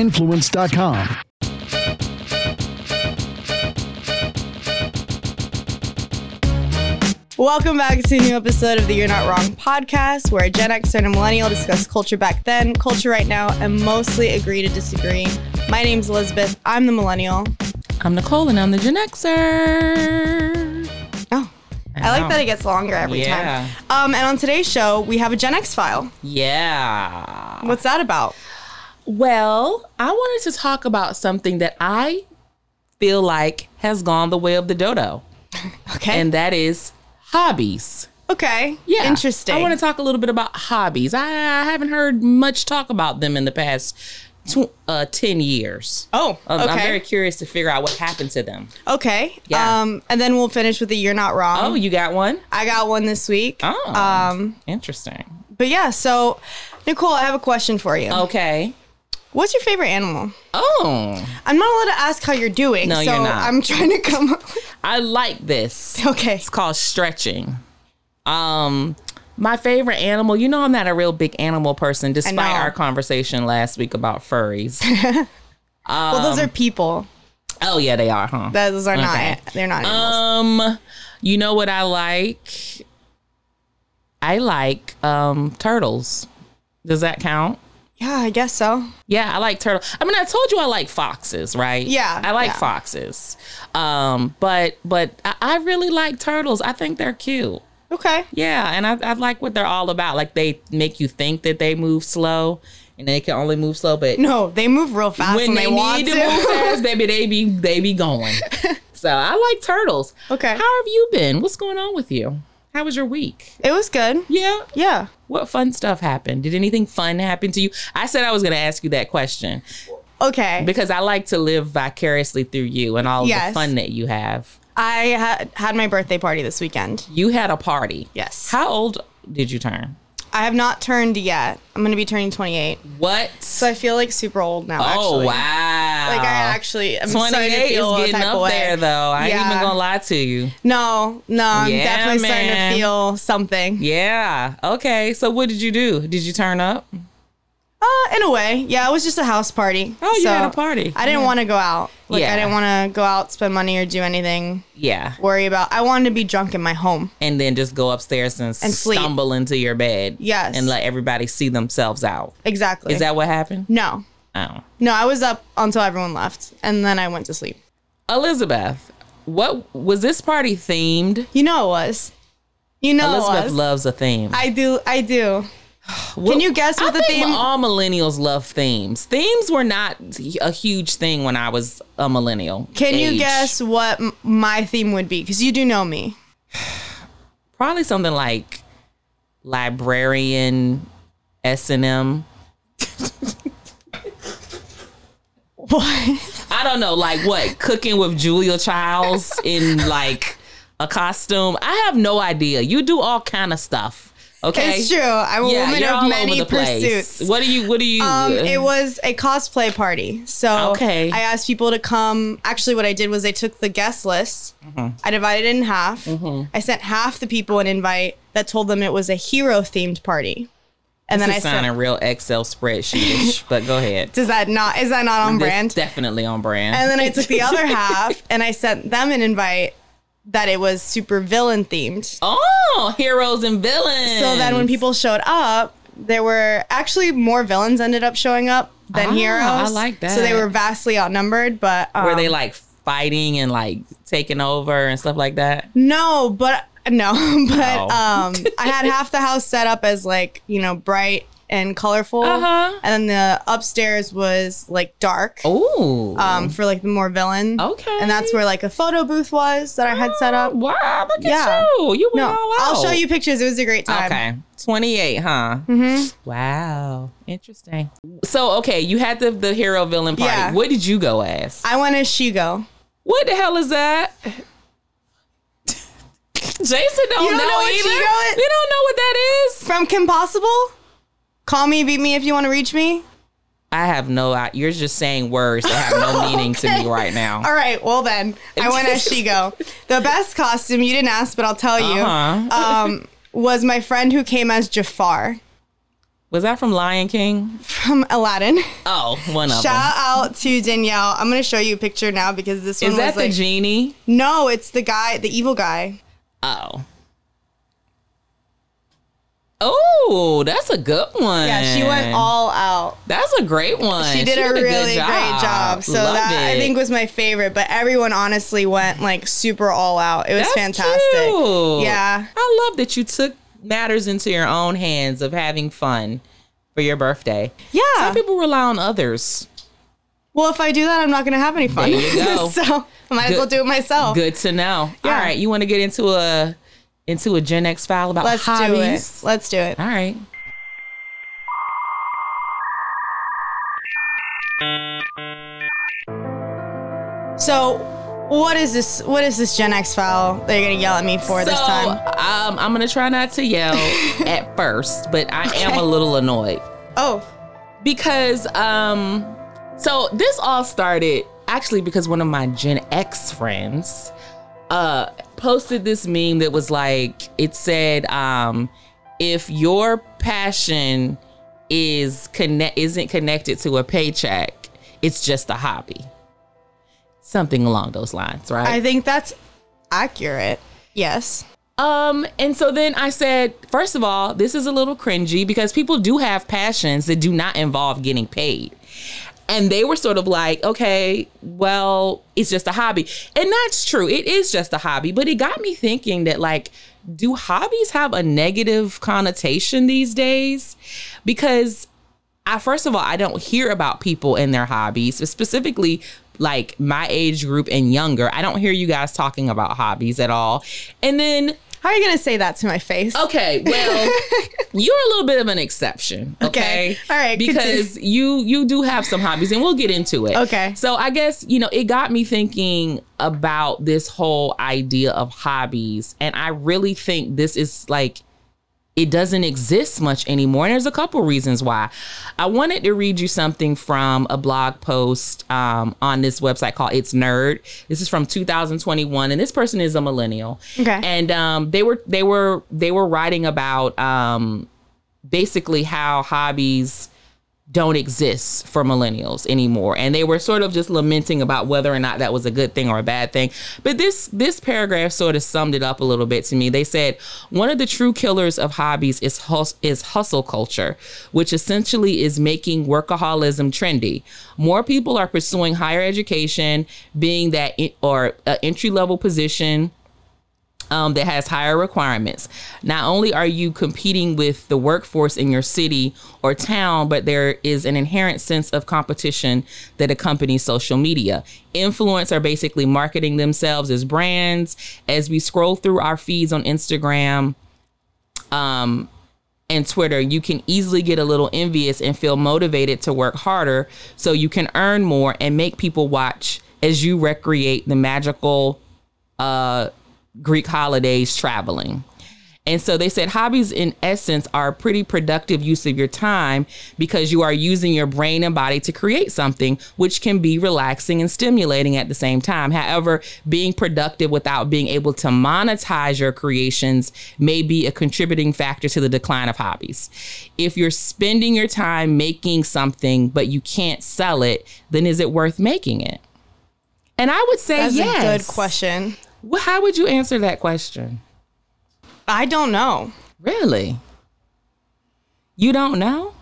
radioinfluence.com. Welcome back to a new episode of the You're Not Wrong podcast, where a Gen Xer and a millennial discuss culture back then, culture right now, and mostly agree to disagree. My name's Elizabeth. I'm the millennial. I'm Nicole and I'm the Gen Xer. Oh, I, like that it gets longer every time. Yeah. Um, and on today's show, we have a Gen X file. Yeah. What's that about? Well, I wanted to talk about something that I feel like has gone the way of the dodo, Okay. and that is hobbies. okay. Yeah. Interesting. I want to talk a little bit about hobbies. I, I haven't heard much talk about them in the past tw- uh, 10 years. Oh, Um, I'm okay. very curious to figure out what happened to them. okay. Yeah. Um, and then we'll finish with the You're Not Wrong. Oh, you got one? I got one this week. Oh. Um, Interesting. but yeah, so Nicole, I have a question for Oh. you. Okay. What's your favorite animal? Oh, I'm not allowed to ask how you're doing. No, so you're not. I'm trying to come up. I like this. okay. It's called stretching. Um, my favorite animal. You know, I'm not a real big animal person, despite know. our conversation last week about furries. well, those are people. oh yeah, they are, huh? Those are Um, Okay. not. They're not animals. um, you know what I like? I like um turtles. Does that count? yeah, I guess so. Yeah, I like turtle. I mean, I told you I like foxes, right? Yeah, I like yeah. foxes. Um, but but I, I really like turtles. I think they're cute. Okay. Yeah, and I, I like what they're all about. Like they make you think that they move slow, and they can only move slow, but No, they move real fast when, when they, want need to move fast, baby, they be they be going. so I like turtles. Okay. how have you been? What's going on with you? How was your week? it was good. Yeah. Yeah. What fun stuff happened? Did anything fun happen to you? I said I was going to ask you that question Okay. because I like to live vicariously through you and all of Yes. the fun that you have. I had had my birthday party this weekend. You had a party. Yes. How old did you turn? I have not turned yet. I'm going to be turning 28. What? So I feel like super old now. oh actually. wow! Like I actually, I'm starting to 28 is feel a getting type up of way. there though. I ain't Yeah. even gonna lie to you. No, no, I'm Yeah, definitely starting man. to feel something. Yeah. Okay. So what did you do? Did you turn up? Uh, in a way, yeah. It was just a house party. Oh, you had a party. I didn't Yeah. want to go out. Like I Yeah. didn't want to go out, spend money, or do anything. Yeah. Worry about. I wanted to be drunk in my home. And then just go upstairs and, And sleep. stumble into your bed. Yes. And let everybody see themselves out. Exactly. Is that what happened? no? Oh. No, I was up until everyone left, and then I went to sleep. Oh. Elizabeth, what was this party themed? You know it was. You know it Elizabeth was. loves a theme. I do. I do. Well, Can you guess what I the think theme? All millennials love themes. Themes were not a huge thing when I was a millennial. Can you age. guess what m- my theme would be? Because you do know me. Probably something like librarian S and M. What? I don't know, like what cooking with Julia Childs in like a costume. I have no idea. You do all kind of stuff. Okay, It's true. I'm a woman you're of all many pursuits. What do you? What do you? Um, it was a cosplay party. So Okay. I asked people to come. Actually, what I did was I took the guest list. Mm-hmm. I divided it in half. I sent half the people an invite that told them it was a hero themed party. And this then I is sounding sent. real Excel spreadsheetish, but go ahead. Does that not is that not on This brand? definitely on brand. and then I took the other half and I sent them an invite that it was super villain themed. oh, heroes and villains. So then when people showed up, there were actually more villains ended up showing up than Ah, heroes. I like So they that. were vastly outnumbered, but um, were they like fighting and like taking over and stuff like that? No, but no, but Oh. um, I had half the house set up as like you know bright and colorful, Uh-huh. and then the upstairs was like dark. Ooh. Um, for like the more villain. Okay. Oh, And that's where like a photo booth was that I had set up. Wow, look Yeah. at you. You went No, all out. I'll show you pictures. It was a great time. Okay. 28, huh? Mm-hmm. Wow. Interesting. So, okay, you had the, the hero villain party. Yeah. What did you go as? I went as Shigo. What the hell is that? Jason don't, You don't know what either. Chigo is? You don't know what that is? From Kim Possible? Call me, beat me if you want to reach me. I have no I- You're just saying words that have no meaning to me right now. All right, well then, I went as Shigo. The best costume, you Uh, didn't ask, but I'll tell you, Uh-huh. um, was my friend who came as Jafar. Was that from Lion King? from Aladdin. Oh, one of them. Shout out to Danielle. I'm gonna show you a picture now because this one Is was that like the genie? no, it's the guy, the evil guy. Oh. Oh, that's a good one. Yeah, she went all out. That's a great one. She did a good really great job. So Love that I it. think was my favorite. But everyone honestly went like super all out. It was That's fantastic. cute. Yeah. I love that you took matters into your own hands of having fun for your birthday. Yeah. Some people rely on others. well, if I do that, I'm not gonna have any fun. There you go. so I might as Good- well do it myself. Good to know. Yeah. All right, you want to get into a into a Gen X file about Let's hobbies? do it. Let's do it. All right. So, what is this? What is this Gen X file? They're gonna yell at me for this so, time. Um, I'm gonna try not to yell at first, but I am a little annoyed Oh, because um, so this all started actually because one of my Gen X friends uh posted this meme that was like it said um if your passion is connect isn't connected to a paycheck it's just a hobby something along those lines right I think that's accurate. Yes. Um, and so then I said, first of all, this is a little cringy because people do have passions that do not involve getting paid. And they were sort of like, okay, well, it's just a hobby. And that's true. It is just a hobby. But it got me thinking that, like, do hobbies have a negative connotation these days? Because I first of all, I don't hear about people and their hobbies, specifically like my age group and younger. I don't hear you guys talking about hobbies at all. And then How are you gonna say that to my face? okay, well, you're a little bit of an exception, okay? Okay. All right, because you you do have some hobbies and we'll get into it. Okay. So I guess, you know, it got me thinking about this whole idea of hobbies and I really think this is like it doesn't exist much anymore. And there's a couple reasons why. I wanted to read you something from a blog post um, on this website called It's Nerd. This is from 2021, and this person is a millennial. Okay. And um, they were they were they were writing about um, basically how hobbies don't exist for millennials anymore and they were sort of just lamenting about whether or not that was a good thing or a bad thing but this this paragraph sort of summed it up a little bit to me they said one of the true killers of hobbies is hus- is hustle culture which essentially is making workaholism trendy more people are pursuing higher education being that in- or uh, entry level position um, that has higher requirements. Not only are you competing with the workforce in your city or town, but there is an inherent sense of competition that accompanies social media. Influencers are basically marketing themselves as brands. As we scroll through our feeds on Instagram, um, and Twitter, you can easily get a little envious and feel motivated to work harder so you can earn more and make people watch as you recreate the magical uh, Greek holidays traveling. And so they said hobbies, in essence, are a pretty productive use of your time because you are using your brain and body to create something which can be relaxing and stimulating at the same time. However, being productive without being able to monetize your creations may be a contributing factor to the decline of hobbies. If you're spending your time making something but you can't sell it, then is it worth making it? And I would say That's yes. a good question. Well, how would you answer that question? I don't know. Really? You don't know?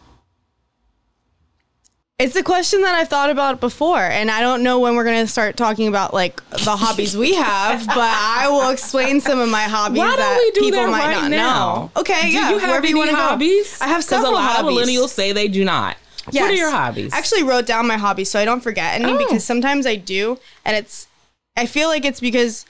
It's a question that I've thought about before, and I don't know when we're gonna start talking about like the hobbies we have, but I will explain some of my hobbies Why that don't we do people that might right not now? know. Okay, do yeah. you have wherever any you wanna go. hobbies? I have 'Cause several a lot hobbies. of millennials say they do not. What are Yes. your hobbies? I actually wrote down my hobbies so I don't forget any Oh. because sometimes I do, and it's I feel like it's because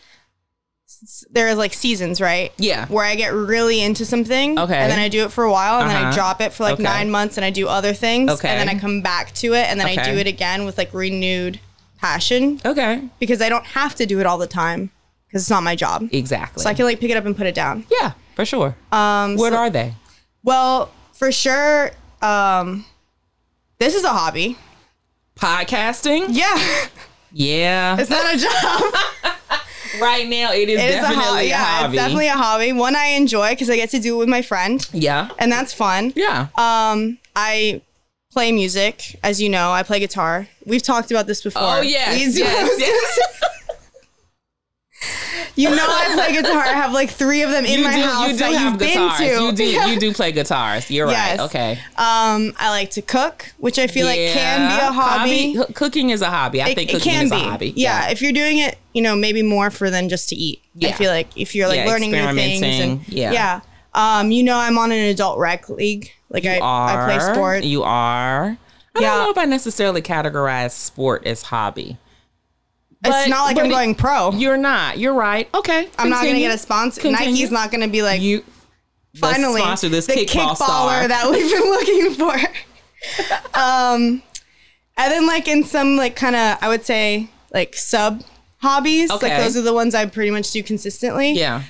s- there are like seasons, right? Yeah. Where I get really into something, Okay. and then I do it for a while, and then I Uh-huh. drop it for like Okay. nine months, and I do other things, Okay. and then I come back to it, and then I Okay. do it again with like renewed passion okay. because I don't have to do it all the time because it's not my job. Exactly. So I can like pick it up and put it down. yeah, for sure. Um, what are they? Well, for sure, um, this is a hobby. Podcasting? Yeah. Yeah. It's not a job. right now it is It is definitely a, ho- a, yeah, It's hobby. definitely a hobby. One I enjoy because I get to do it with my friend, yeah. and that's fun. Yeah. Um, I play music, as you know. I play guitar. We've talked about this before. oh yes. Please- Yes. yes. You know I play guitar. I have like three of them in my house that you've been guitars. to. You do you do play guitars. You're Yes. right. Okay. Um, I like to cook, which I feel like can be Yeah. a hobby. Hobby- c- Cooking is a hobby. I It, think it cooking can is be. a hobby. Yeah. if you're doing it, you know, maybe more for than just to eat. I Yeah. feel like if you're like Yeah, learning new things and experimenting. Yeah. yeah. Um, you know, I'm on an adult rec league. Like I, You are. I play sports. You are. I Yeah. don't know if I necessarily categorize sport as hobby. it's but- not like but I'm it- going pro. You're not. You're right. Okay. I'm not gonna Continue. get a sponsor. Continue. Nike's not gonna be like You let's finally sponsor this the kickball kickballer star. that we've been looking for. um, and then like in some like kind of I would say like sub hobbies, like Okay. those are the ones I pretty much do consistently. yeah.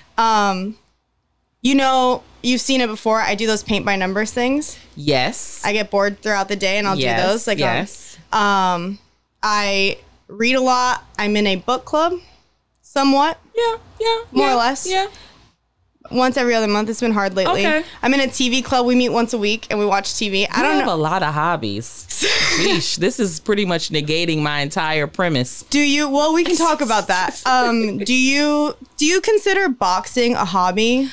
you know, you've seen it before. I do those paint by numbers things. Yes. I get bored throughout the day and I'll yes. do those. Like um, yes. I read a lot. I'm in a book club, somewhat. yeah. Yeah. more or yeah, less. Yeah. Once every other month. It's been hard lately. Okay. I'm in a TV club. We meet once a week and we watch TV. I I don't have know. a lot of hobbies. Sheesh, this is pretty much negating my entire premise. Do you? Well, we can talk about that. Um, do you do you consider boxing a hobby?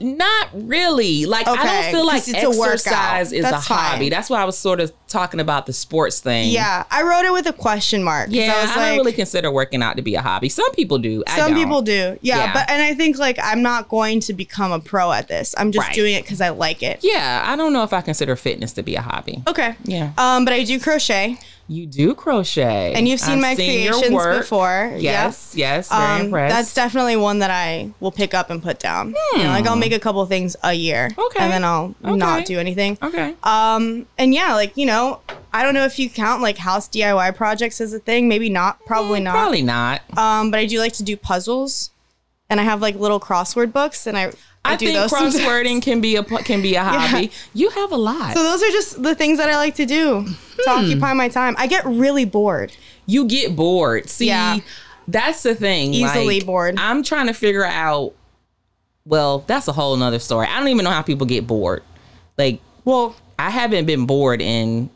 Not really. Like I Okay, don't feel like 'cause it's a workout. exercise is That's a hobby. fine. That's why I was sort of talking about the sports thing. Yeah, I wrote it with a question mark. 'cause Yeah, I, I was don't like, really consider working out to be a hobby. Some people do. I some don't. people do. Yeah, Yeah. but and I think like I'm not going to become a pro at this. I'm just Right. doing it because I like it. Yeah, I don't know if I consider fitness to be a hobby. Okay. Yeah. Um, but I do crochet, You do crochet, and you've seen I've my seen your creations work. before. Yes, yes, Yep. very Um, impressed. that's definitely one that I will pick up and put down. You know, like I'll make a couple things a year, Hmm. Okay. and then I'll not Okay. Uh. do anything. okay. Um, and yeah, like, you know, I don't know if you count like house DIY projects as a thing. Maybe not. Probably not. Hmm, Probably not. Um, but I do like to do puzzles. And I have like little crossword books and I, I, I do think those. sometimes. crosswording can be a can be a hobby. You have a lot. So those are just the things that I like to do to Hmm. occupy my time. I get really bored. you get bored. See, Yeah. that's the thing. Easily like, bored. I'm trying to figure out. Well, that's a whole nother story. I don't even know how people get bored. Like, well, I haven't been bored in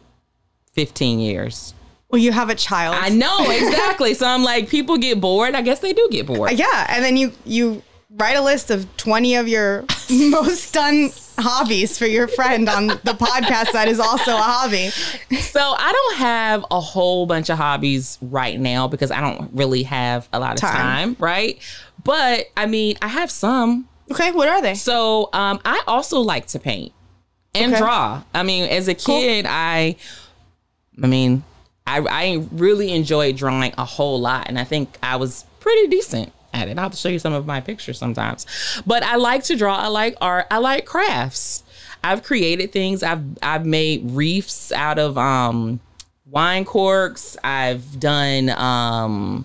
15 years. Well, you have a child. I know exactly. so I'm like, people get bored. I guess they do get bored. yeah, and then you you write a list of 20 of your most done hobbies for your friend on the podcast that is also a hobby. so I don't have a whole bunch of hobbies right now because I don't really have a lot of Time. time, right? But I mean, I have some. Okay, what are they? So um, I also like to paint and Okay. draw. I mean, as a kid, I, I mean, I, I really enjoyed drawing a whole lot, and I think I was pretty decent at it. I'll have to show you some of my pictures sometimes, but I like to draw. I like art. I like crafts. I've created things. I've I've made reefs out of um, wine corks. I've done. Um,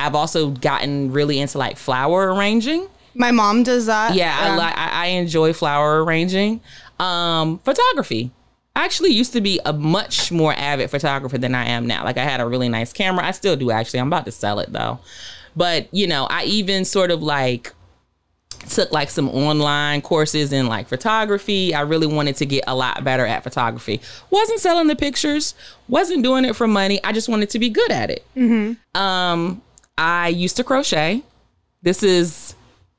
I've also gotten really into like flower arranging. My mom does that. um, Yeah, I like I, I enjoy flower arranging. Um, photography. I actually used to be a much more avid photographer than I am now. Like I had a really nice camera. I still do actually. I'm about to sell it though. But, you know, I even sort of like took like some online courses in like photography. I really wanted to get a lot better at photography. Wasn't selling the pictures, wasn't doing it for money. I just wanted to be good at it. Um, I used to crochet. This is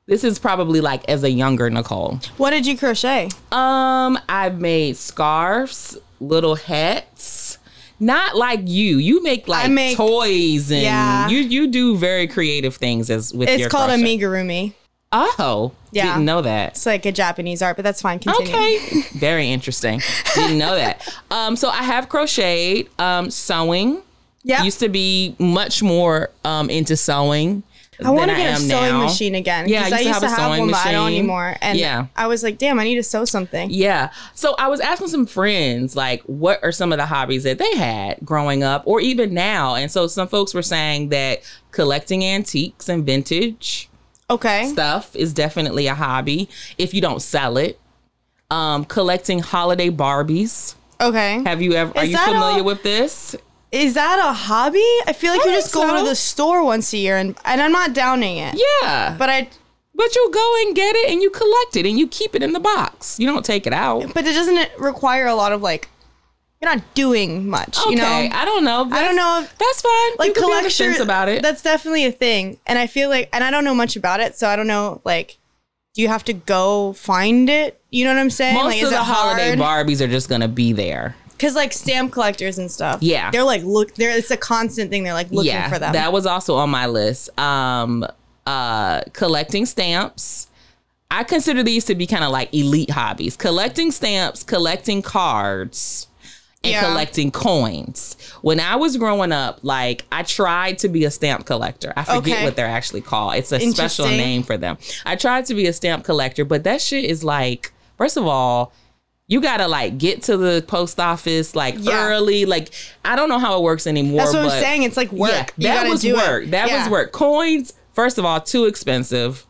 this is probably like as a younger Nicole. What did you crochet? Um, I've made scarves, little hats. Not like you. You make like make- toys and Yeah. you you do very creative things as with It's your called crochet. amigurumi. Oh, Yeah. didn't know that. It's like a Japanese art, but that's fine. Continue. Okay. Very interesting. Didn't know that. Um, so I have crocheted, um, sewing. Yeah. Used to be much more um into sewing. I want to than get a am sewing now. machine again. Yeah, 'cause I used to have a one, sewing but I don't machine. anymore. And Yeah. I was like, damn, I need to sew something. Yeah. So I was asking some friends, like, what are some of the hobbies that they had growing up or even now? And so some folks were saying that collecting antiques and vintage Okay. stuff is definitely a hobby if you don't sell it. Um, collecting holiday Barbies. Okay. Have you ever? are Is you that familiar all- with this? Is that a hobby? I feel like I you think just go so. to the store once a year, and and I'm not downing it. Yeah. But, But I, you go and get it and you collect it and you keep it in the box. You don't take it out. but it doesn't require a lot of like. You're not doing much, Okay. you know. I don't know. I don't That's- know if- That's fine. like you can be on the collection fence about it. That's definitely a thing, and I feel like, and I don't know much about it, so I don't know. Like, do you have to go find it? You know what I'm saying? Most like, of the holiday Barbies are just gonna be there. Because like stamp collectors and stuff, Yeah. they're like look, there. It's a constant thing. They're like looking yeah, for them. that was also on my list. Um, uh, collecting stamps. I consider these to be kind of like elite hobbies: collecting stamps, collecting cards, and Yeah. collecting coins. When I was growing up, like I tried to be a stamp collector. I forget Okay. what they're actually called. It's a special Interesting. name for them. I tried to be a stamp collector, but that shit is like, first of all, you gotta like get to the post office like Yeah. early. Like I don't know how it works anymore. That's what but I'm saying. It's like work. You yeah, that gotta was do it. work. That Yeah. was work. Coins, first of all, too expensive.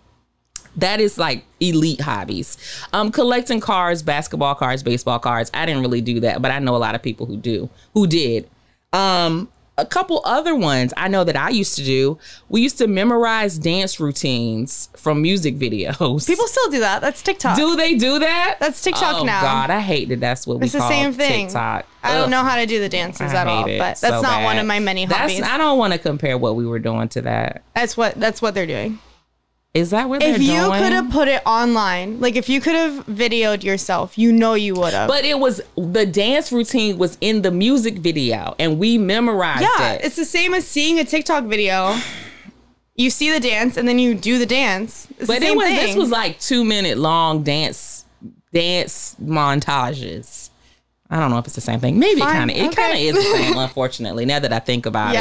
That is like elite hobbies. Um, collecting cards, basketball cards, baseball cards. I didn't really do that, but I know a lot of people who do, who did. Um, a couple other ones I know that I used to do. We used to memorize dance routines from music videos. People still do that. That's TikTok. do they do that? That's TikTok oh, now. God, I hate that. That's what it's the we call same thing. TikTok. I Ugh. don't know how to do the dances I at all, hate it but that's so not one bad. of my many That's- hobbies. I don't want to compare what we were doing to that. that's what that's what they're doing. Is that what If they're you doing? could have put it online, like if you could have videoed yourself, you know you would have. but it was the dance routine was in the music video, and we memorized yeah, it. it's the same as seeing a TikTok video. You see the dance and then you do the dance. It's but the same it was thing. this was like two minute long dance dance montages. I don't know if it's the same thing. Maybe it Fine, kind of it okay. kind of is the same. Unfortunately, now that I think about it,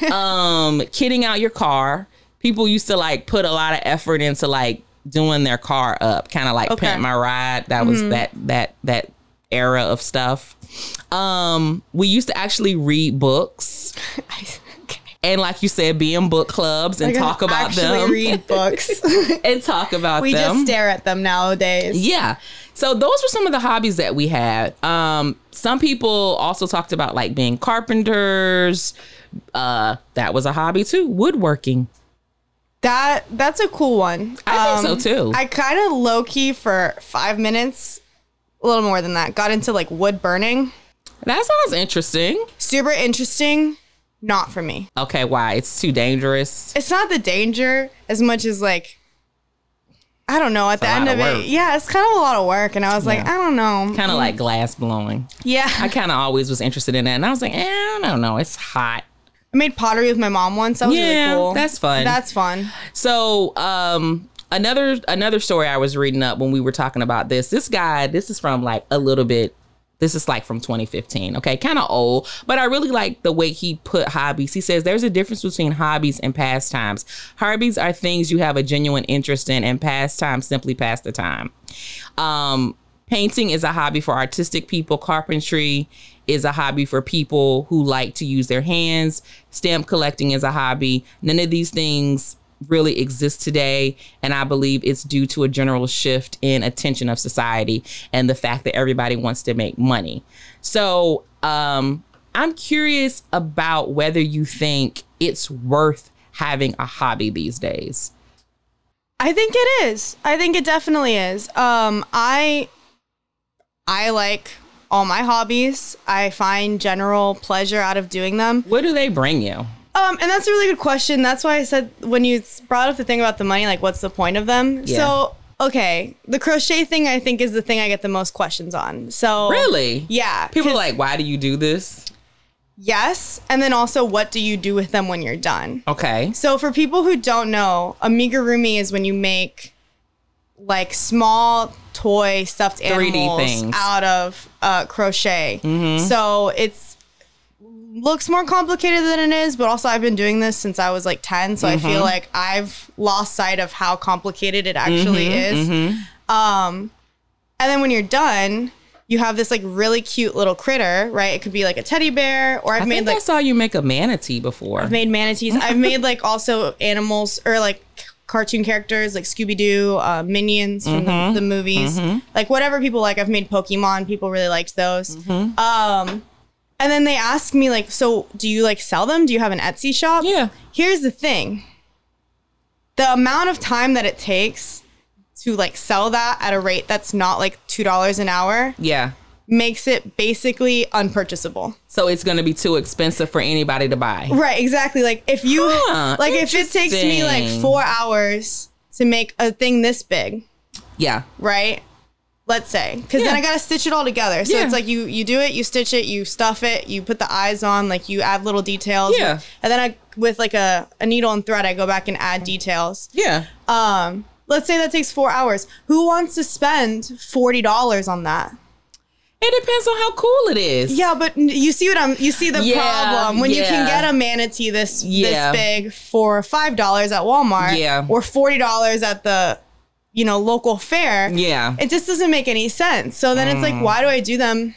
yeah. um kitting out your car people used to like put a lot of effort into like doing their car up kind of like Okay. Mm-hmm. pimp my ride that was that that that era of stuff um we used to actually read books okay. and like you said be in book clubs and Like, I talk about actually them read books. and talk about we them just stare at them nowadays. yeah. So those were some of the hobbies that we had. Um, some people also talked about like being carpenters. Uh, that was a hobby too. Woodworking. That that's a cool one. I Um, think so, too. I kind of low key for five minutes, a little more than that. Got into like wood burning. That sounds interesting. Super interesting. Not for me. Okay, why? It's too dangerous. It's not the danger as much as like. I don't know. At the a end lot of, of it, work. yeah, it's kind of a lot of work, and I was like, Yeah. I don't know. Kind of like glass blowing. yeah, I I, kind of always was interested in that, and I was like, eh, I don't know. It's hot. made pottery with my mom once. That was Yeah, really cool. that's fun. That's fun. So, um, another another story I was reading up when we were talking about this. This guy, this is from like a little bit. This is like from 2015. Okay, kind of old, but I really like the way he put hobbies. He says there's a difference between hobbies and pastimes. Hobbies are things you have a genuine interest in, and pastimes simply pass the time. Um, painting is a hobby for artistic people. Carpentry is a hobby for people who like to use their hands. Stamp collecting is a hobby. None of these things really exist today. And I believe it's due to a general shift in attention of society and the fact that everybody wants to make money. So um, I'm curious about whether you think it's worth having a hobby these days. I think it is. I think it definitely is. Um, I I like all my hobbies. I find general pleasure out of doing them. What do they bring you? Um, and that's a really good question. That's why I said when you s- brought up the thing about the money, like, what's the point of them? Yeah. So, okay, the crochet thing I think is the thing I get the most questions on. So Really? yeah, People are 'cause like, why do you do this? yes, and then also, what do you do with them when you're done? Okay. So for people who don't know, amigurumi is when you make like small toy stuffed 3D animals things. Mm-hmm. out of uh, crochet. So it's looks more complicated than it is, but also I've been doing this since I was like 10, so I Mm-hmm. feel like I've lost sight of how complicated it actually Mm-hmm, is. Um and then when you're done, you have this like really cute little critter, right? It could be like a teddy bear or I've I made think like I saw you make a manatee before. I've made manatees. I've made like also animals or like cartoon characters like Scooby Doo, uh, Minions from the, the movies, like whatever people like. I've made Pokemon. People really liked those. Um, And then they ask me like, "So, do you like sell them? Do you have an Etsy shop?" Yeah. Here's the thing. The amount of time that it takes to like sell that at a rate that's not like $2 an hour Yeah. makes it basically unpurchasable. So it's going to be too expensive for anybody to buy. Right, exactly. Like if you Huh, like if it takes me like interesting. 4 hours to make a thing this big, Yeah. right? Let's say, because then Yeah. I gotta stitch it all together. So Yeah. it's like you you do it, you stitch it, you stuff it, you put the eyes on, like you add little details. Yeah. And then I with like a, a needle and thread, I go back and add details. Yeah. Um, let's say that takes four hours. Who wants to spend forty dollars on that? It depends on how cool it is. Yeah, but n- you see what I'm you see the Yeah, problem when you can yeah. get a manatee this Yeah. this big for five dollars at Walmart Yeah. or forty dollars at the you know local fair. Yeah. Mm. It just doesn't make any sense. So then it's like, why do I do them?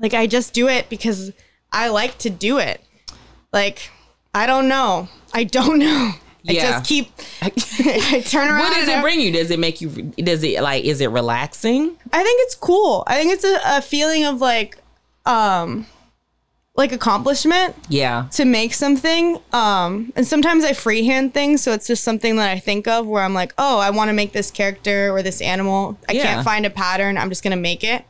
Like I just do it because I like to do it. Like, I don't know. I don't know. I Yeah. just keep I turn around. what does and it I- bring you? Does it make you? Does it like? Is it relaxing? I think it's cool. I think it's a, a feeling of like um like accomplishment. Yeah. to make something. Um, and sometimes I freehand things, so it's just something that I think of where I'm like, oh, I want to make this character or this animal. I Yeah. can't find a pattern. I'm just gonna make it.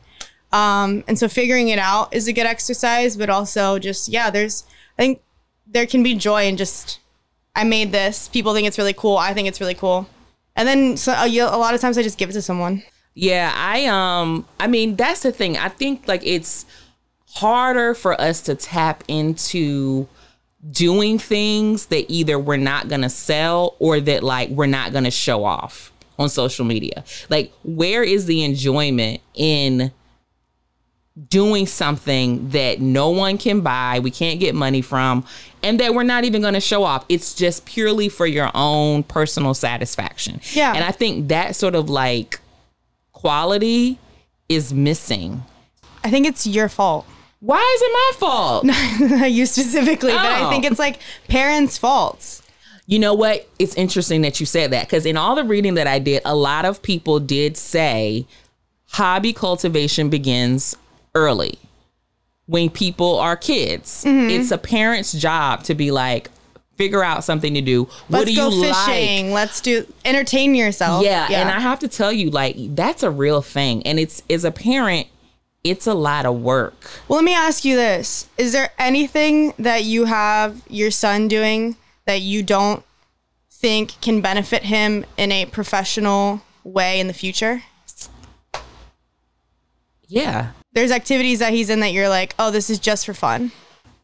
Um, and so figuring it out is a good exercise, but also just yeah, there's I think there can be joy in just I made this. People think it's really cool. I think it's really cool. And then so, a, a lot of times I just give it to someone. Yeah, I um I mean that's the thing. I think like it's harder for us to tap into doing things that either we're not going to sell or that like we're not going to show off on social media. Like where is the enjoyment in doing something that no one can buy, we can't get money from, and that we're not even going to show off. It's just purely for your own personal satisfaction. Yeah. And I think that sort of like quality is missing. I think it's your fault. Why is it my fault? you specifically, but I Oh. think it's like parents' faults. You know what? It's interesting that you said that because in all the reading that I did, a lot of people did say hobby cultivation begins early when people are kids. Mm-hmm. It's a parent's job to be like, figure out something to do. what Let's do go you like? fishing. Let's do entertain yourself. Yeah, and I have to tell you, like, that's a real thing. And it's as a parent, it's a lot of work. well, let me ask you this: Is there anything that you have your son doing that you don't think can benefit him in a professional way in the future? Yeah. There's activities that he's in that you're like, oh, this is just for fun.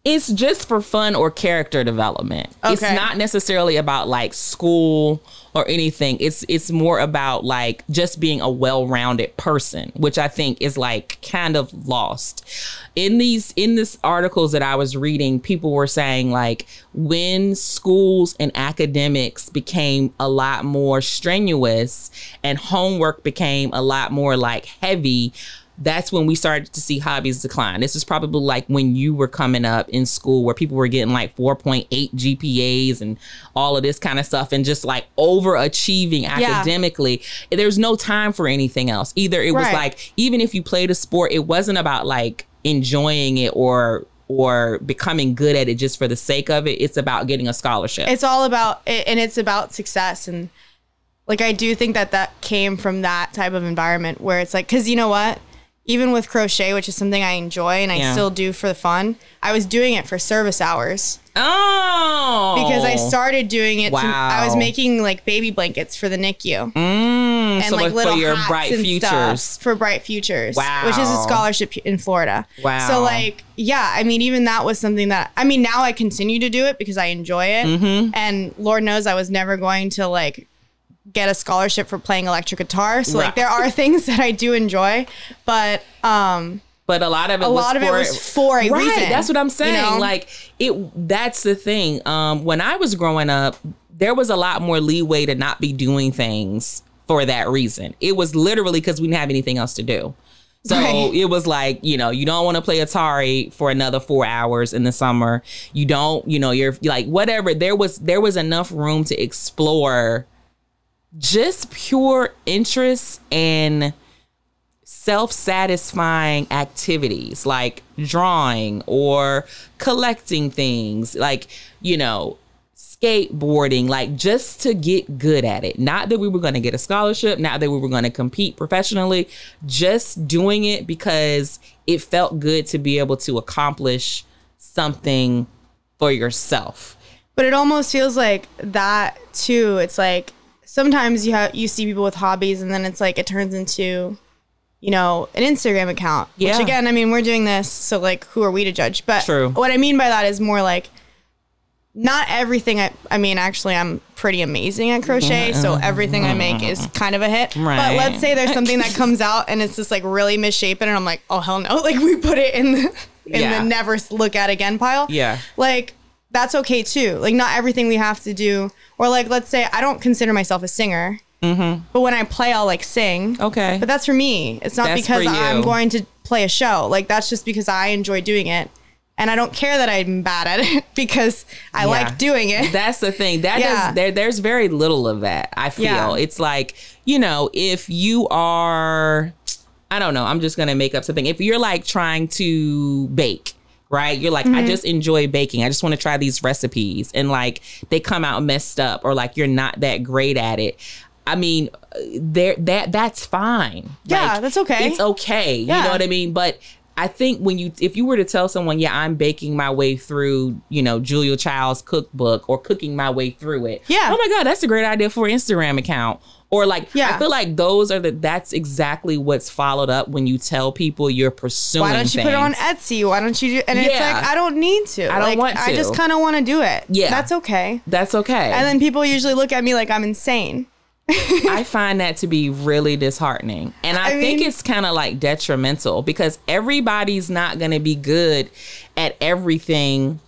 It's just for fun or character development. It's Okay. not necessarily about like school or anything. It's it's more about like just being a well-rounded person, which I think is like kind of lost. In these in this articles that I was reading, people were saying like when schools and academics became a lot more strenuous and homework became a lot more like heavy, that's when we started to see hobbies decline. This is probably like when you were coming up in school where people were getting like 4.8 GPAs and all of this kind of stuff and just like overachieving academically. There's no time for anything else. Either it was Right. like even if you played a sport, it wasn't about like enjoying it or or becoming good at it just for the sake of it. It's about getting a scholarship. It's all about it, and it's about success and. Like I do think that that came from that type of environment where it's like, cause you know what, even with crochet, which is something I enjoy and I Yeah. still do for the fun, I was doing it for service hours. oh. because I started doing it. To, I was Wow. making like baby blankets for the NICU Mm, and so like for little your hats bright and futures. stuff for bright futures. which is a Wow. scholarship in Florida. Wow. So like, yeah, I mean, even that was something that I mean, now I continue to do it because I enjoy it, Mm-hmm. and Lord knows I was never going to like get a scholarship for playing electric guitar. So Right. like, there are things that I do enjoy, but um, But a lot of it a was lot of it for- was for a right, reason. That's what I'm saying. know? Like it that's the thing. Um when I was growing up, there was a lot more leeway to not be doing things for that reason. It was literally because we didn't have anything else to do. So Right. it was like, you know, you don't want to play Atari for another four hours in the summer. You don't, you know, you're like whatever. There was there was enough room to explore just pure interest and self satisfying activities like drawing or collecting things, like, you know, skateboarding, like just to get good at it. Not that we were going to get a scholarship, not that we were going to compete professionally, just doing it because it felt good to be able to accomplish something for yourself. But it almost feels like that too. It's like sometimes you have you see people with hobbies and then it's like it turns into you know, an Instagram account. Yeah. Which again, I mean, we're doing this, so like who are we to judge? But True. what I mean by that is more like not everything I I mean, actually I'm pretty amazing at crochet, so everything I make is kind of a hit. Mm-hmm. Right. But let's say there's something that comes out and it's just like really misshapen and I'm like, "Oh hell no." Like we put it in the in Yeah. the never s- look at again pile. Yeah. Like that's okay too. Like not everything we have to do or like let's say I don't consider myself a singer. But when I play, I'll like sing. Mm-hmm. Okay. But that's for me. It's not That's because for you. I'm going to play a show. Like that's just because I enjoy doing it. And I don't care that I'm bad at it because I Yeah. like doing it. That's the thing. That Yeah. does there there's very little of that, I feel. Yeah. It's like, you know, if you are I don't know, I'm just gonna make up something. If you're like trying to bake, right? You're like, I Mm-hmm. just enjoy baking. I just want to try these recipes and like they come out messed up or like you're not that great at it. I mean, uh, there that that's fine. Yeah, Like, that's okay. It's okay. You Yeah. know what I mean? But I think when you if you were to tell someone, yeah, I'm baking my way through, you know, Julia Child's cookbook or cooking my way through it. Yeah. Oh my God, that's a great idea for an Instagram account. Or like Yeah. I feel like those are the that's exactly what's followed up when you tell people you're pursuing. Why don't you put it on things. Etsy? Why don't you do and it's Yeah. like I don't need to. I don't Like, want I to. just kinda wanna do it. Yeah. That's okay. That's okay. And then people usually look at me like I'm insane. I find that to be really disheartening. And I, I think mean- it's kind of like detrimental because everybody's not going to be good at everything,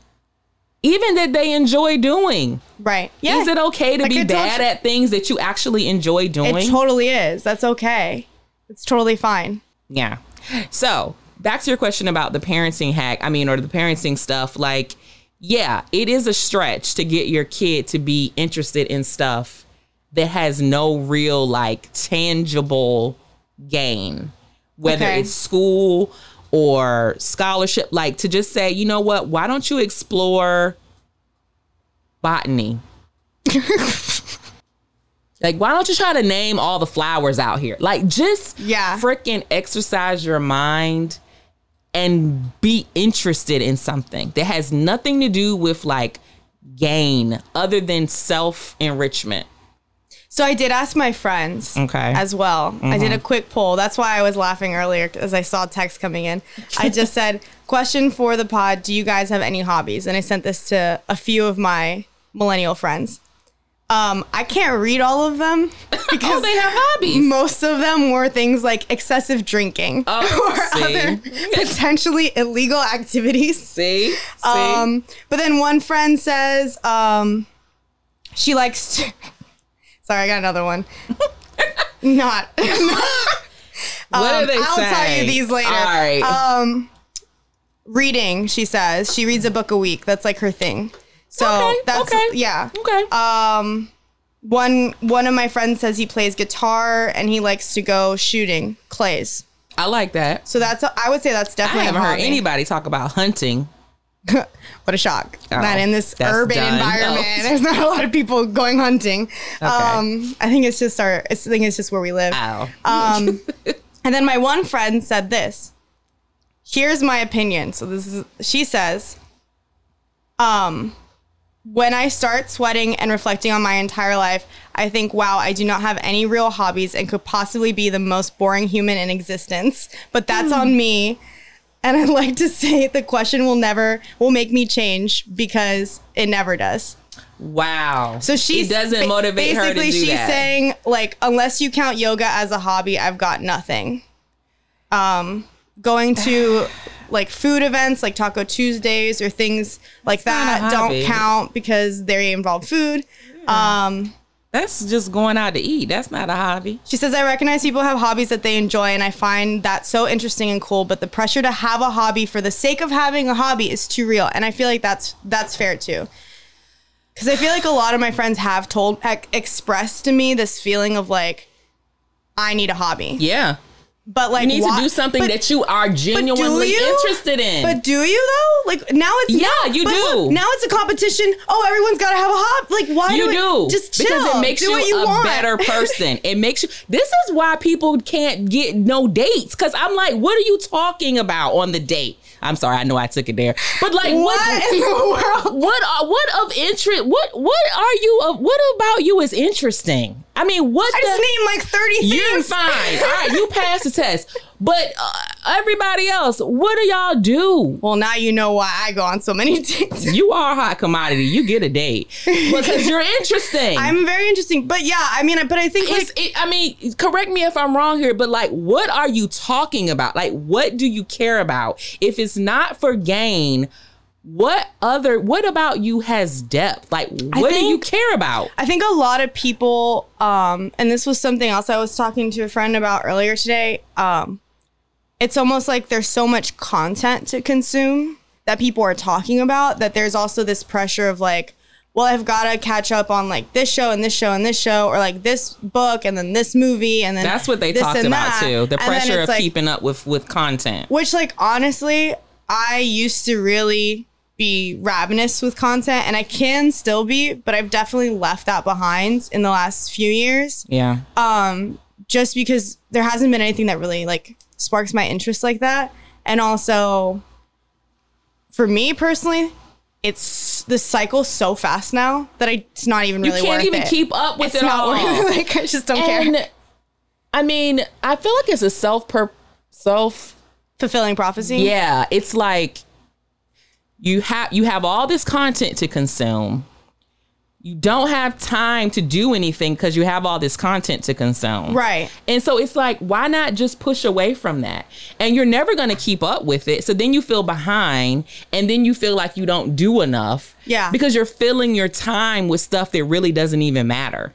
even that they enjoy doing. Right. Yeah. Is it okay to Like I be told bad you- at things that you actually enjoy doing? It totally is. That's okay. It's totally fine. Yeah. So back to your question about the parenting hack, I mean, or the parenting stuff, like, yeah, it is a stretch to get your kid to be interested in stuff that has no real, like, tangible gain, whether Okay. it's school or scholarship. Like, to just say, you know what, why don't you explore botany? Like, why don't you try to name all the flowers out here? Like, just Yeah. freaking exercise your mind and be interested in something that has nothing to do with like gain other than self enrichment. So I did ask my friends Okay. Mm-hmm. as well. I did a quick poll. That's why I was laughing earlier as I saw text coming in. I just said, question for the pod, do you guys have any hobbies? And I sent this to a few of my millennial friends. Um, I can't read all of them Oh, because they have hobbies. most of them were things like excessive drinking Oh, or other see, potentially illegal activities. see, see. Um, but then one friend says um, she likes. To, sorry, I got another one. Not. what are um, they I'll tell you saying? these later. All right. Um, reading, she says she reads a book a week. That's like her thing. So Okay, that's okay. yeah. okay. Um, one one of my friends says he plays guitar and he likes to go shooting clays. I like that. So that's I would say that's I definitely. a haven't heard hobby. anybody talk about hunting. What a shock. Oh, that in this that's urban done. environment, Oh. there's not a lot of people going hunting. Um, I think it's just our, it's, I think it's just where we live. Ow. Um, and then my one friend said this. Here's my opinion. So this is, she says, um, when I start sweating and reflecting on my entire life, I think, wow, I do not have any real hobbies and could possibly be the most boring human in existence. But that's on me. And I'd like to say the question will never will make me change because it never does. wow. So she It doesn't motivate her to Basically, do she's that. saying like, unless you count yoga as a hobby, I've got nothing. Um, going to like food events like Taco Tuesdays or things like not a that don't hobby. count because they involve food. Um, That's just going out to eat. That's not a hobby. she says, I recognize people have hobbies that they enjoy, and I find that so interesting and cool. But the pressure to have a hobby for the sake of having a hobby is too real, and I feel like that's that's fair too. Because I feel like a lot of my friends have told ex- expressed to me this feeling of like, I need a hobby, Yeah. But like, You need why- to do something but- that you are genuinely you? interested in. But do you though? Like now it's Yeah, now- you but do. look, now it's a competition. Oh, everyone's got to have a hobby. Like why you do, do it? just chill? because it makes do you, what you a want. better person. It makes you. This is why people can't get no dates because I'm like, what are you talking about on the date? I'm sorry, I know I took it there, but like, what? What in the world? What are what of interest? What what are you of? What about you is interesting? I mean, what I the? just need like thirty things. You're fine. All right, you passed the test. But uh, everybody else, what do y'all do? Well, now you know why I go on so many dates. You are a hot commodity. You get a date because you're interesting. I'm very interesting, but yeah, I mean, but I think It's, like it, I mean, correct me if I'm wrong here, but like, what are you talking about? Like, what do you care about? If it's not for gain, what other, what about you has depth? Like, what do you think- care about? I think a lot of people, um, and this was something else I was talking to a friend about earlier today. Um, it's almost like there's so much content to consume that people are talking about that there's also this pressure of like, well, I've got to catch up on like this show and this show and this show, or like this book and then this movie and then That's what they this talked and about that. too. And then The pressure it's of like- keeping up with with content. Which, like, honestly, I used to really be ravenous with content, and I can still be, but I've definitely left that behind in the last few years Yeah. just because there hasn't been anything that really like sparks my interest like that. And also, for me personally, it's the cycle's so fast now that I, it's not even you really can't worth even it. keep up with it's it not all. worth it. Like I just don't care. And I mean, I feel like it's a self per self Fulfilling prophecy. Yeah, it's like you have you have all this content to consume. You don't have time to do anything because you have all this content to consume. Right. And so it's like, why not just push away from that? And you're never going to keep up with it. So then you feel behind and then you feel like you don't do enough. Yeah. Because you're filling your time with stuff that really doesn't even matter.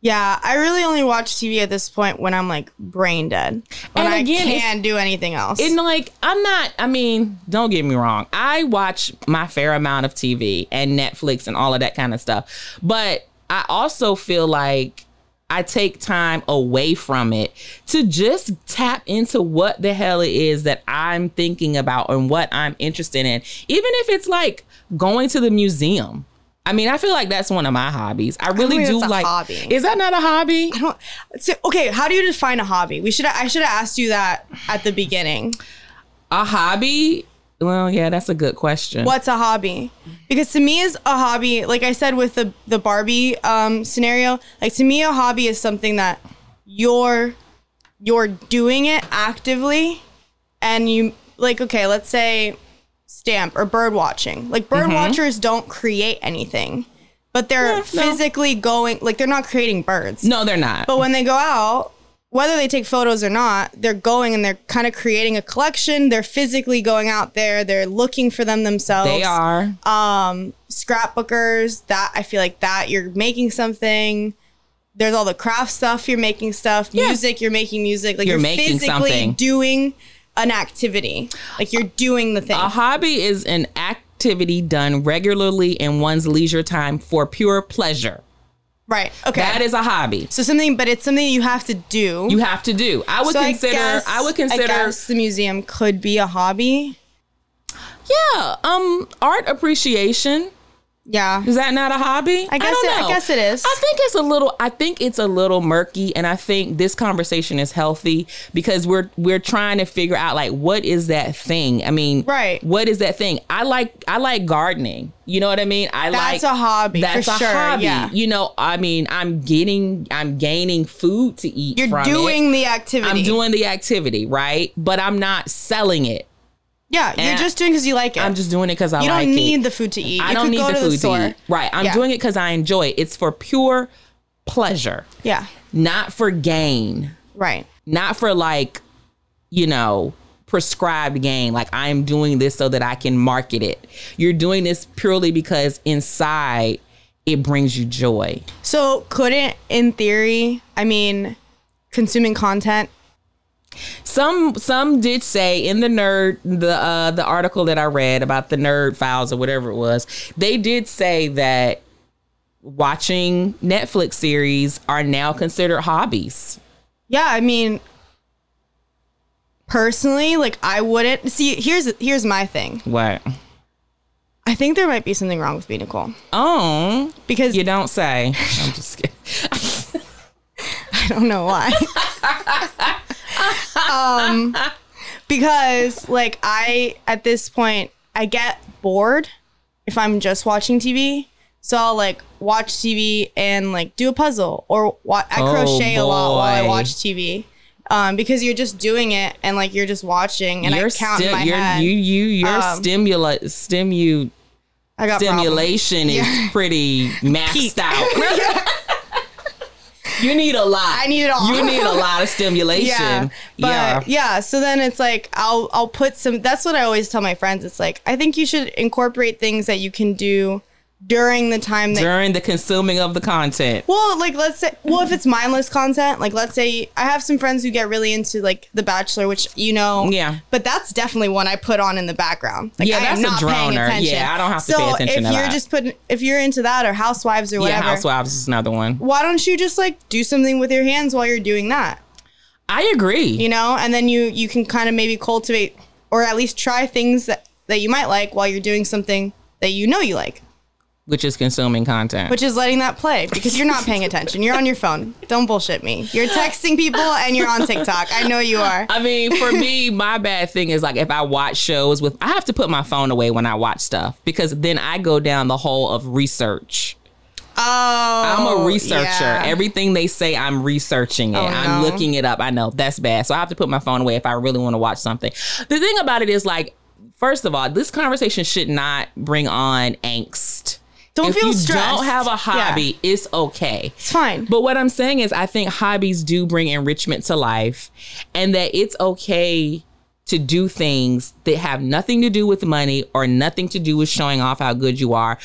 Yeah, I really only watch TV at this point when I'm like brain dead. When And and again, again, I it's- can't do anything else. And like, I'm not, I mean, don't get me wrong. I watch my fair amount of TV and Netflix and all of that kind of stuff. But I also feel like I take time away from it to just tap into what the hell it is that I'm thinking about and what I'm interested in. Even if it's like going to the museum. I mean, I feel like that's one of my hobbies. I really think do that's a like. hobby. Is that not a hobby? I don't. So, okay, how do you define a hobby? We should. I should have asked you that at the beginning. A hobby? Well, yeah, that's a good question. What's a hobby? Because to me, is a hobby. Like I said with the the Barbie um, scenario, like to me, a hobby is something that you're you're doing it actively, and you like. Okay, let's say stamp or bird watching. Like bird watchers don't create anything, but they're Mm-hmm. Yeah, no. physically going. Like they're not creating birds. No, they're not. But when they go out, whether they take photos or not, they're going and they're kind of creating a collection. They're physically going out there. They're looking for them themselves. They are. scrapbookers. That I feel like that you're making something. There's all the craft stuff you're making stuff. Music you're making music. Like You're you're, making physically something. doing an activity. Like you're doing the thing. a hobby is an activity done regularly in one's leisure time for pure pleasure. right. Okay. That is a hobby. so something, but it's something you have to do. You have to do. I would so consider. I, guess- would consider. guess the museum could be a hobby. Yeah. Um. Art appreciation. Yeah. Is that not a hobby? I guess don't it- I know. guess it is. I think it's a little. I think it's a little murky, and I think this conversation is healthy because we're we're trying to figure out like what is that thing. I mean, Right. What is that thing? I like I like gardening. You know what I mean? I That's like a hobby, for That's a sure, hobby. yeah. You know, I mean, I'm getting I'm gaining food to eat. You're from it. doing the activity. I'm doing the activity right, but I'm not selling it. Yeah, you're and just doing because you like it. I'm just doing it because I you like don't it. need the food to eat. I You don't could need go the to food store. to eat. Right. I'm Yeah. doing it because I enjoy it. It's for pure pleasure, Yeah. not for gain, Right. not for like, you know, prescribed gain. Like I'm doing this so that I can market it. You're doing this purely because inside it brings you joy. So couldn't, in theory, I mean, consuming content. Some some did say in the nerd the uh, the article that I read about the nerd files or whatever it was, they did say that watching Netflix series are now considered hobbies. Yeah, I mean, personally, like I wouldn't see. Here's here's my thing. What? I think there might be something wrong with me, Nicole, Oh, because you don't say. I'm just kidding. I don't know why. um, because like I at this point I get bored if I'm just watching TV. So I'll like watch TV and like do a puzzle or wa- I Oh, crochet a lot while I boy. watch TV. Um, because you're just doing it and like you're just watching and you're I count in still my you're, head. you you your Um, stimula stimu I got problems. stimulation is pretty maxed Peak. out. you need a lot. I need it all. You need a lot of stimulation. Yeah. But yeah. so then it's like I'll I'll put some that's what I always tell my friends. It's like I think you should incorporate things that you can do during the time that During the consuming of the content. well, like let's say well if it's mindless content, like let's say I have some friends who get really into like The Bachelor, which you know Yeah. But that's definitely one I put on in the background. Like Yeah, I am that's a not paying droner. attention. Yeah, I don't have to so pay attention If to you're that. just putting if you're into that or housewives or whatever Yeah, Housewives is another one. why don't you just like do something with your hands while you're doing that? I agree. you know and then you you can kind of maybe cultivate or at least try things that that you might like while you're doing something that you know you like which is consuming content. which is letting that play because you're not paying attention you're on your phone don't bullshit me you're texting people and you're on tiktok i know you are I mean, for me, my bad thing is like if I watch shows with, I have to put my phone away when I watch stuff because then I go down the hole of research. oh I'm a researcher. yeah. Everything they say, I'm researching it. Oh, I'm no. looking it up. I know that's bad. So I have to put my phone away if I really want to watch something. The thing about it is like, first of all, this conversation should not bring on angst. Don't if feel you stressed. Don't have a Yeah. hobby. It's okay. it's fine But what I'm saying is, I think hobbies do bring enrichment to life, and that it's okay to do things that have nothing to do with money or nothing to do with showing off how good you are.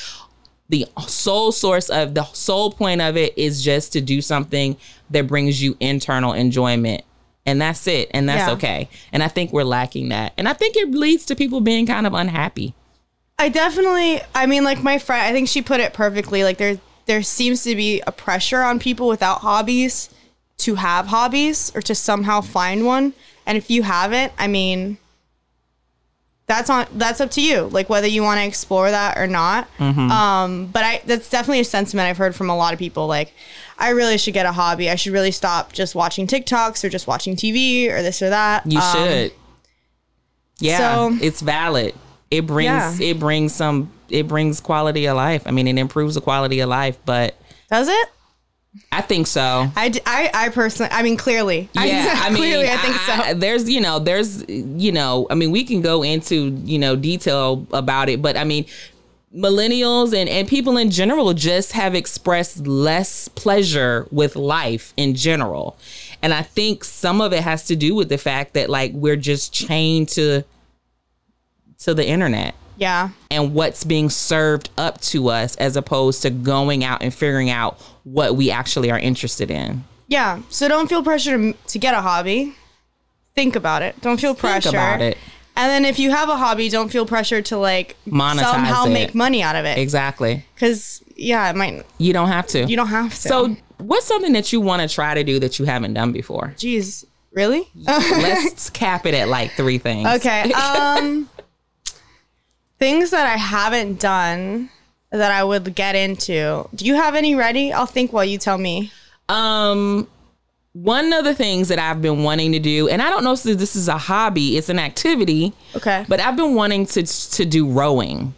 The sole source of the sole point of it is just to do something that brings you internal enjoyment. And that's it. And that's Yeah. okay. And I think we're lacking that. And I think it leads to people being kind of unhappy. i definitely i mean like my friend i think she put it perfectly like there there seems to be a pressure on people without hobbies to have hobbies or to somehow find one and if you haven't i mean that's on that's up to you like whether you want to explore that or not Mm-hmm. um but i that's definitely a sentiment i've heard from a lot of people like i really should get a hobby i should really stop just watching tiktoks or just watching tv or this or that You Um, should. Yeah, so- it's valid. It brings Yeah. it brings some it brings quality of life. I mean, it improves the quality of life, but does it I think so. I, d- I, I personally i mean clearly Yeah, I, mean, clearly i think so I- there's, you know, there's, you know, I mean, we can go into, you know, detail about it, but I mean, millennials and, and people in general just have expressed less pleasure with life in general. And I think some of it has to do with the fact that like we're just chained to to the internet yeah and what's being served up to us as opposed to going out and figuring out what we actually are interested in. Yeah. So don't feel pressure to, to get a hobby. Think about it. Don't feel pressure. about it. And then if you have a hobby, don't feel pressure to like Monetize somehow it. make money out of it. Exactly. Because yeah, it might. You don't have to. You don't have to. So, what's something that you want to try to do that you haven't done before? Jeez, really? Let's cap it at like three things. okay. Um, things that I haven't done that I would get into. Do you have any ready? I'll think while you tell me. Um, one of the things that I've been wanting to do, and I don't know if this is a hobby, it's an activity, Okay. but I've been wanting to to do rowing.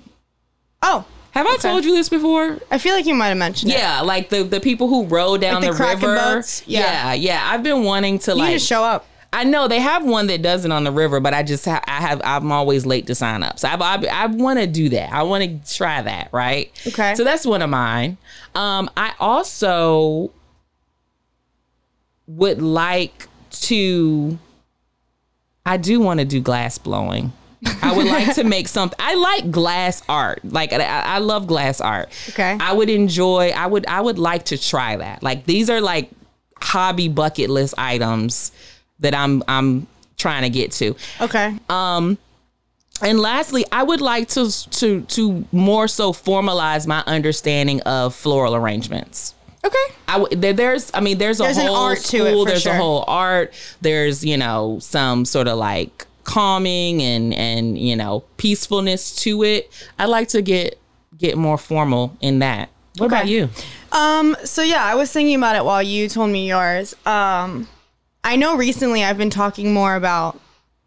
oh, Have I told you this before? I feel like you might have mentioned it. Yeah, like the the people who row down the the, Kraken river. boats? Yeah. Yeah. yeah, I've been wanting to You like. need to show up. I know they have one that doesn't on the river, but I just ha- I have I'm always late to sign up. So I've, I've, I want to do that. I want to try that. Right. Okay. So that's one of mine. Um, I also would like to. I do want to do glass blowing. I would like to make something. I like glass art. Like I, I love glass art. Okay. I would enjoy. I would. I would like to try that. Like these are like hobby bucket list items that I'm. I'm trying to get to. Okay. Um, And lastly, I would like to to to more so formalize my understanding of floral arrangements. Okay. I w- there, there's I mean there's a There's an whole art to it, school, for there's sure. a whole art, there's you know some sort of like calming and and you know peacefulness to it. I like to get get more formal in that. What about Okay. you? Um, so yeah, I was thinking about it while you told me yours. Um, I know recently I've been talking more about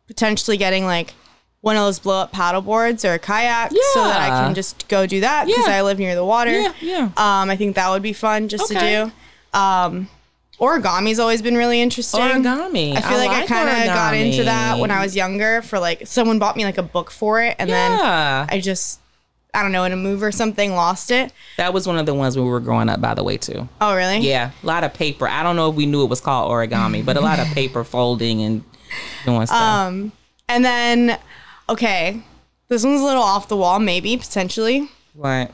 potentially getting like one of those blow up paddle boards or a kayak so that I Yeah. can just go do that because Yeah. I live near the water. Yeah, yeah. Um, I think that would be fun just Okay. to do. Um, origami's always been really interesting. Origami. I feel like, I kind of got into that when I origami. was younger. For like, someone bought me like a book for it, and Yeah. then I just, I don't know, in a move or something, lost it. That was one of the ones when we were growing up, by the way, too. Oh, really? Yeah, a lot of paper. I don't know if we knew it was called origami, but a lot of paper folding and doing stuff. Um, And then, okay, this one's a little off the wall, maybe potentially. What?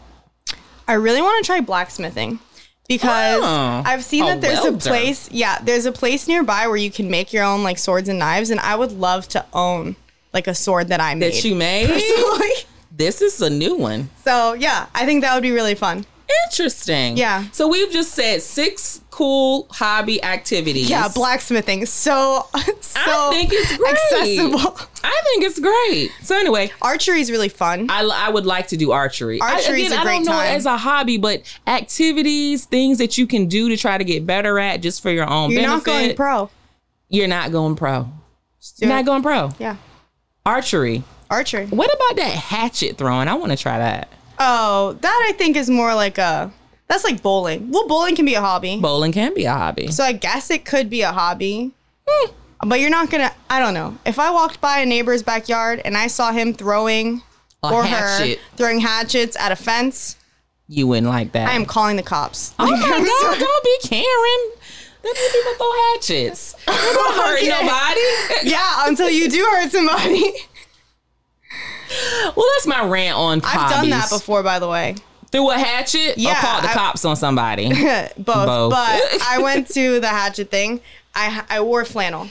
I really want to try blacksmithing because Oh, I've seen a that there's a welder. place, yeah, there's a place nearby where you can make your own like swords and knives, and I would love to own like a sword that I made. That you made? personally. this is a new one. so yeah, I think that would be really fun. Interesting. Yeah. So we've just said six cool hobby activities. Yeah, blacksmithing, so so I think it's great. accessible. I think it's great. So anyway, Archery is really fun. I, I would like to do archery. Archery I, is a I great don't know time. it as a hobby, but activities, things that you can do to try to get better at just for your own You're not going benefit. pro. You're not going pro. Just do You're it. not going pro. yeah, Archery. archery. What about that hatchet throwing? I want to try that. Oh, that I think is more like a that's like bowling. Well, bowling can be a hobby. Bowling can be a hobby. so I guess it could be a hobby. Hmm. But you're not gonna I don't know. If I walked by a neighbor's backyard and I saw him throwing A or hatchet. her throwing hatchets at a fence, You wouldn't like that. I am calling the cops. Oh my god! Don't be Karen. That's what people throw hatchets. It don't hurt Okay. nobody. yeah, until you do hurt somebody. Well, that's my rant on. I've hobbies. done that before, by the way. Threw a hatchet. or Yeah, called the I- cops on somebody. Both. Both. But I went to the hatchet thing. I I wore flannel.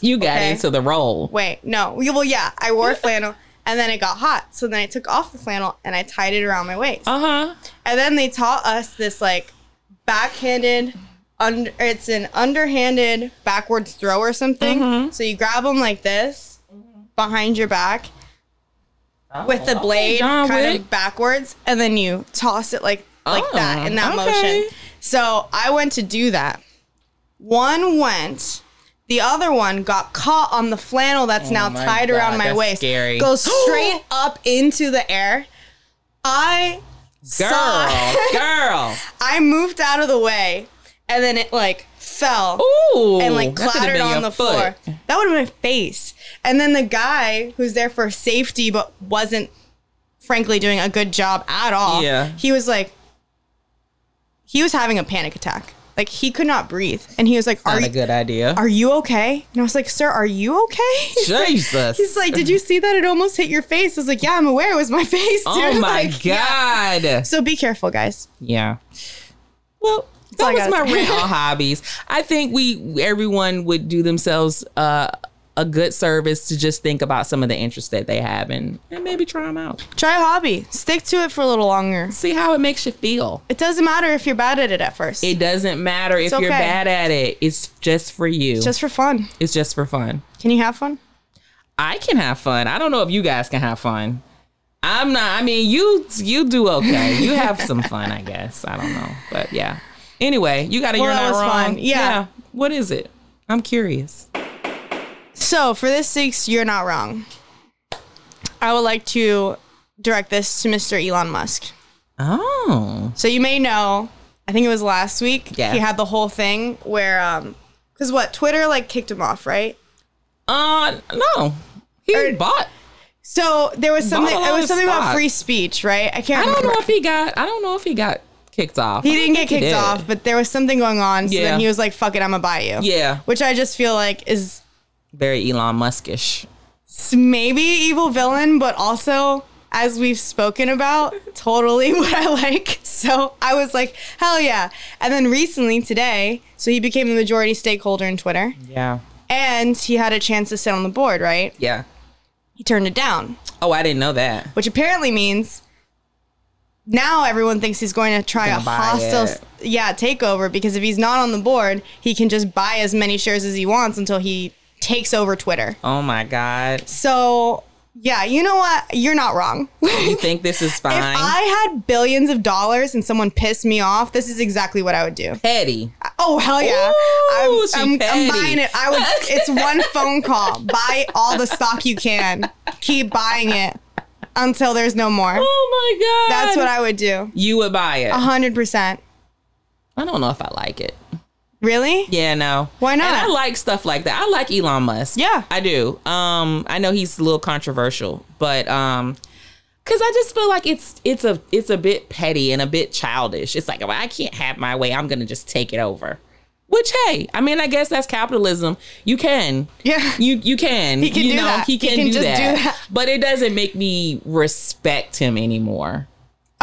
You got Okay. into the role. Wait, no. We- Well, yeah, I wore flannel and then it got hot. So then I took off the flannel and I tied it around my waist. Uh huh. And then they taught us this like backhanded, under, it's an underhanded backwards throw or something. Mm-hmm. So you grab them like this behind your back Oh. with the blade John kind Wick. of backwards and then you toss it like like Oh, that in that okay. motion. So I went to do that. One went, the other one got caught on the flannel that's now Oh my tied God, around my that's waist. scary. Goes straight up into the air. I saw- Girl, girl. I moved out of the way and then it like fell Ooh. and like that could've clattered been your on the foot. floor. That would have been my face. And then the guy who's there for safety but wasn't frankly doing a good job at all. Yeah. He was like he was having a panic attack. Like he could not breathe. And he was like, Are Not you a good idea. are you okay? And I was like, Sir, are you okay? He's like- Jesus. He's like, Did you see that? It almost hit your face. I was like, Yeah, I'm aware it was my face. oh dude." my Like, yeah. god. So be careful, guys. Yeah. Well, all that I was my gotta say. rant on hobbies. I think we everyone would do themselves uh, a good service to just think about some of the interests that they have and, and maybe try them out. Try a hobby. Stick to it for a little longer. See how it makes you feel. It doesn't matter if you're bad at it at first. It doesn't matter if you're okay. bad at it. It's just for you. just for fun. it's just for fun. Can you have fun? I can have fun. I don't know if you guys can have fun. I'm not. I mean, you you do okay. You have some fun, I guess. I don't know, but yeah. Anyway, you got to. Well, you're that not was wrong. fun. Yeah. What is it? I'm curious. So, for this week's You're Not Wrong, I would like to direct this to Mr. Elon Musk. Oh, So, you may know, I think it was last week, Yeah. he had the whole thing where, um, because what, Twitter like kicked him off, right? uh, no. He Or- bought. So, there was something, Bought it all was his something about stock. free speech, right? I can't I don't remember. know if he got. I don't know if he got kicked off. he I didn't think get kicked did. off, but there was something going on. So Yeah. then he was like, fuck it, I'm gonna buy you. Yeah, Which I just feel like is very Elon Muskish. s- maybe evil villain, but also as we've spoken about, totally what I like. So I was like, hell yeah. And then recently today, so he became the majority stakeholder in Twitter Yeah, and he had a chance to sit on the board, right? yeah. He turned it down, Oh, I didn't know that. which apparently means now everyone thinks he's going to try a Gonna buy hostile it. yeah, take over because if he's not on the board, he can just buy as many shares as he wants until he takes over Twitter. Oh my God. So, yeah, you know what? You're not wrong. You think this is fine? If I had billions of dollars and someone pissed me off, this is exactly what I would do. Petty. Oh hell yeah! Ooh, she I'm, I'm, petty. I'm buying it. I would. It's one phone call. Buy all the stock you can. Keep buying it until there's no more. Oh my God. That's what I would do. You would buy it. A hundred percent. I don't know if I like it. Really? Yeah, no. Why not? And I like stuff like that. I like Elon Musk. Yeah. I do. Um, I know he's a little controversial, but um, cause I just feel like it's it's a it's a bit petty and a bit childish. It's like well, I can't have my way. I'm gonna just take it over. Which hey, I mean, I guess that's capitalism. You can. Yeah. You you can. He can you do that. He He can, can do, just that. do that. But it doesn't make me respect him anymore.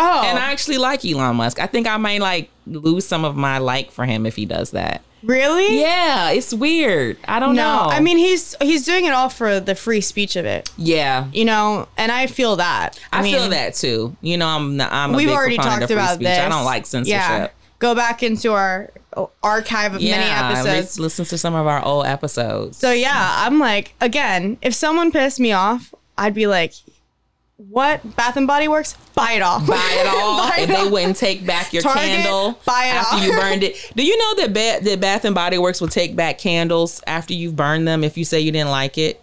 Oh, And I actually like Elon Musk. I think I may like lose some of my like for him if he does that. really? Yeah, it's weird. I don't No, know. I mean he's he's doing it all for the free speech of it, yeah, you know, and I feel that. I, mean, feel that too. You know, I'm I'm. A We've big already proponent talked of free about speech. this. I don't like censorship. Yeah. Go back into our archive of many let's episodes. listen to some of our old episodes. So yeah, I'm like, again, if someone pissed me off, I'd be like, "What? Bath and Body Works? Buy it all. buy it all, Buy it and they all. wouldn't take back your Target, candle buy it after all. you burned it. Do you know that ba- that Bath and Body Works will take back candles after you've burned them if you say you didn't like it?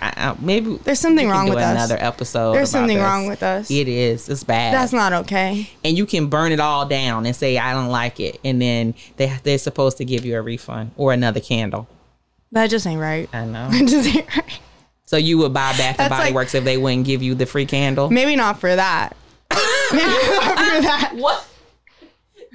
I, I, maybe There's something we can wrong do with us. another episode. There's about something this. wrong with us. It is. It's bad. That's not okay. and you can burn it all down and say I don't like it, and then they they're supposed to give you a refund or another candle. That just ain't right. I know. That just ain't right. so you would buy Bath and That's Body like- Works if they wouldn't give you the free candle. Maybe not for that. Maybe not for that. What?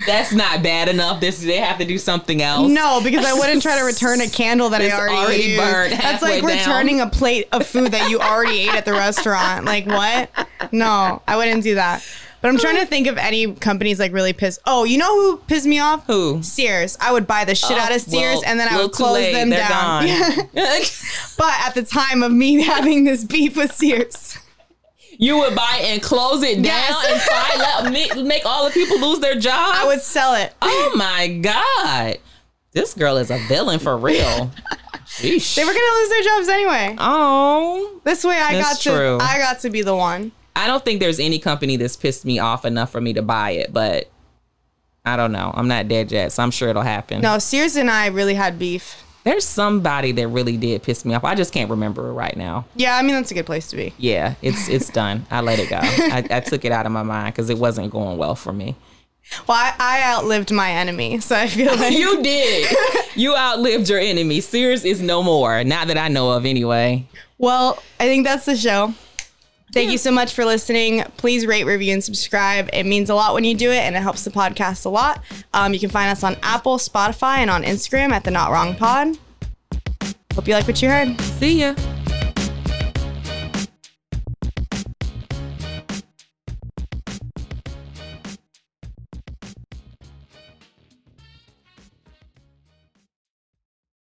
That's not bad enough. This they have to do something else. No, because I wouldn't try to return a candle that It's I already, already used. burned That's like halfway down. returning a plate of food that you already ate at the restaurant. Like what? No, I wouldn't do that. But I'm trying to think of any companies like really pissed. Oh, you know who pissed me off? Who? Sears. I would buy the shit Oh, out of Sears well, and then I little would too close late. them They're down. gone. But at the time of me having this beef with Sears, you would buy it and close it down Yes. and file up, make, make all the people lose their jobs. I would sell it. Oh my god, this girl is a villain for real. Sheesh. They were gonna lose their jobs anyway. Oh, This way, I got That's to true. I got to be the one. I don't think there's any company that's pissed me off enough for me to buy it, but I don't know. I'm not dead yet, so I'm sure it'll happen. No, Sears and I really had beef. There's somebody that really did piss me off. I just can't remember it right now. Yeah, I mean that's a good place to be. Yeah, it's it's done. I let it go. I, I took it out of my mind because it wasn't going well for me. Well, I, I outlived my enemy, so I feel like You did. you outlived your enemy. Sears is no more. Not that I know of, anyway. Well, I think that's the show. Thank you so much for listening. Please rate, review, and subscribe. It means a lot when you do it, and it helps the podcast a lot. Um, you can find us on Apple, Spotify, and on Instagram at the Not Wrong Pod. Hope you like what you heard. See ya.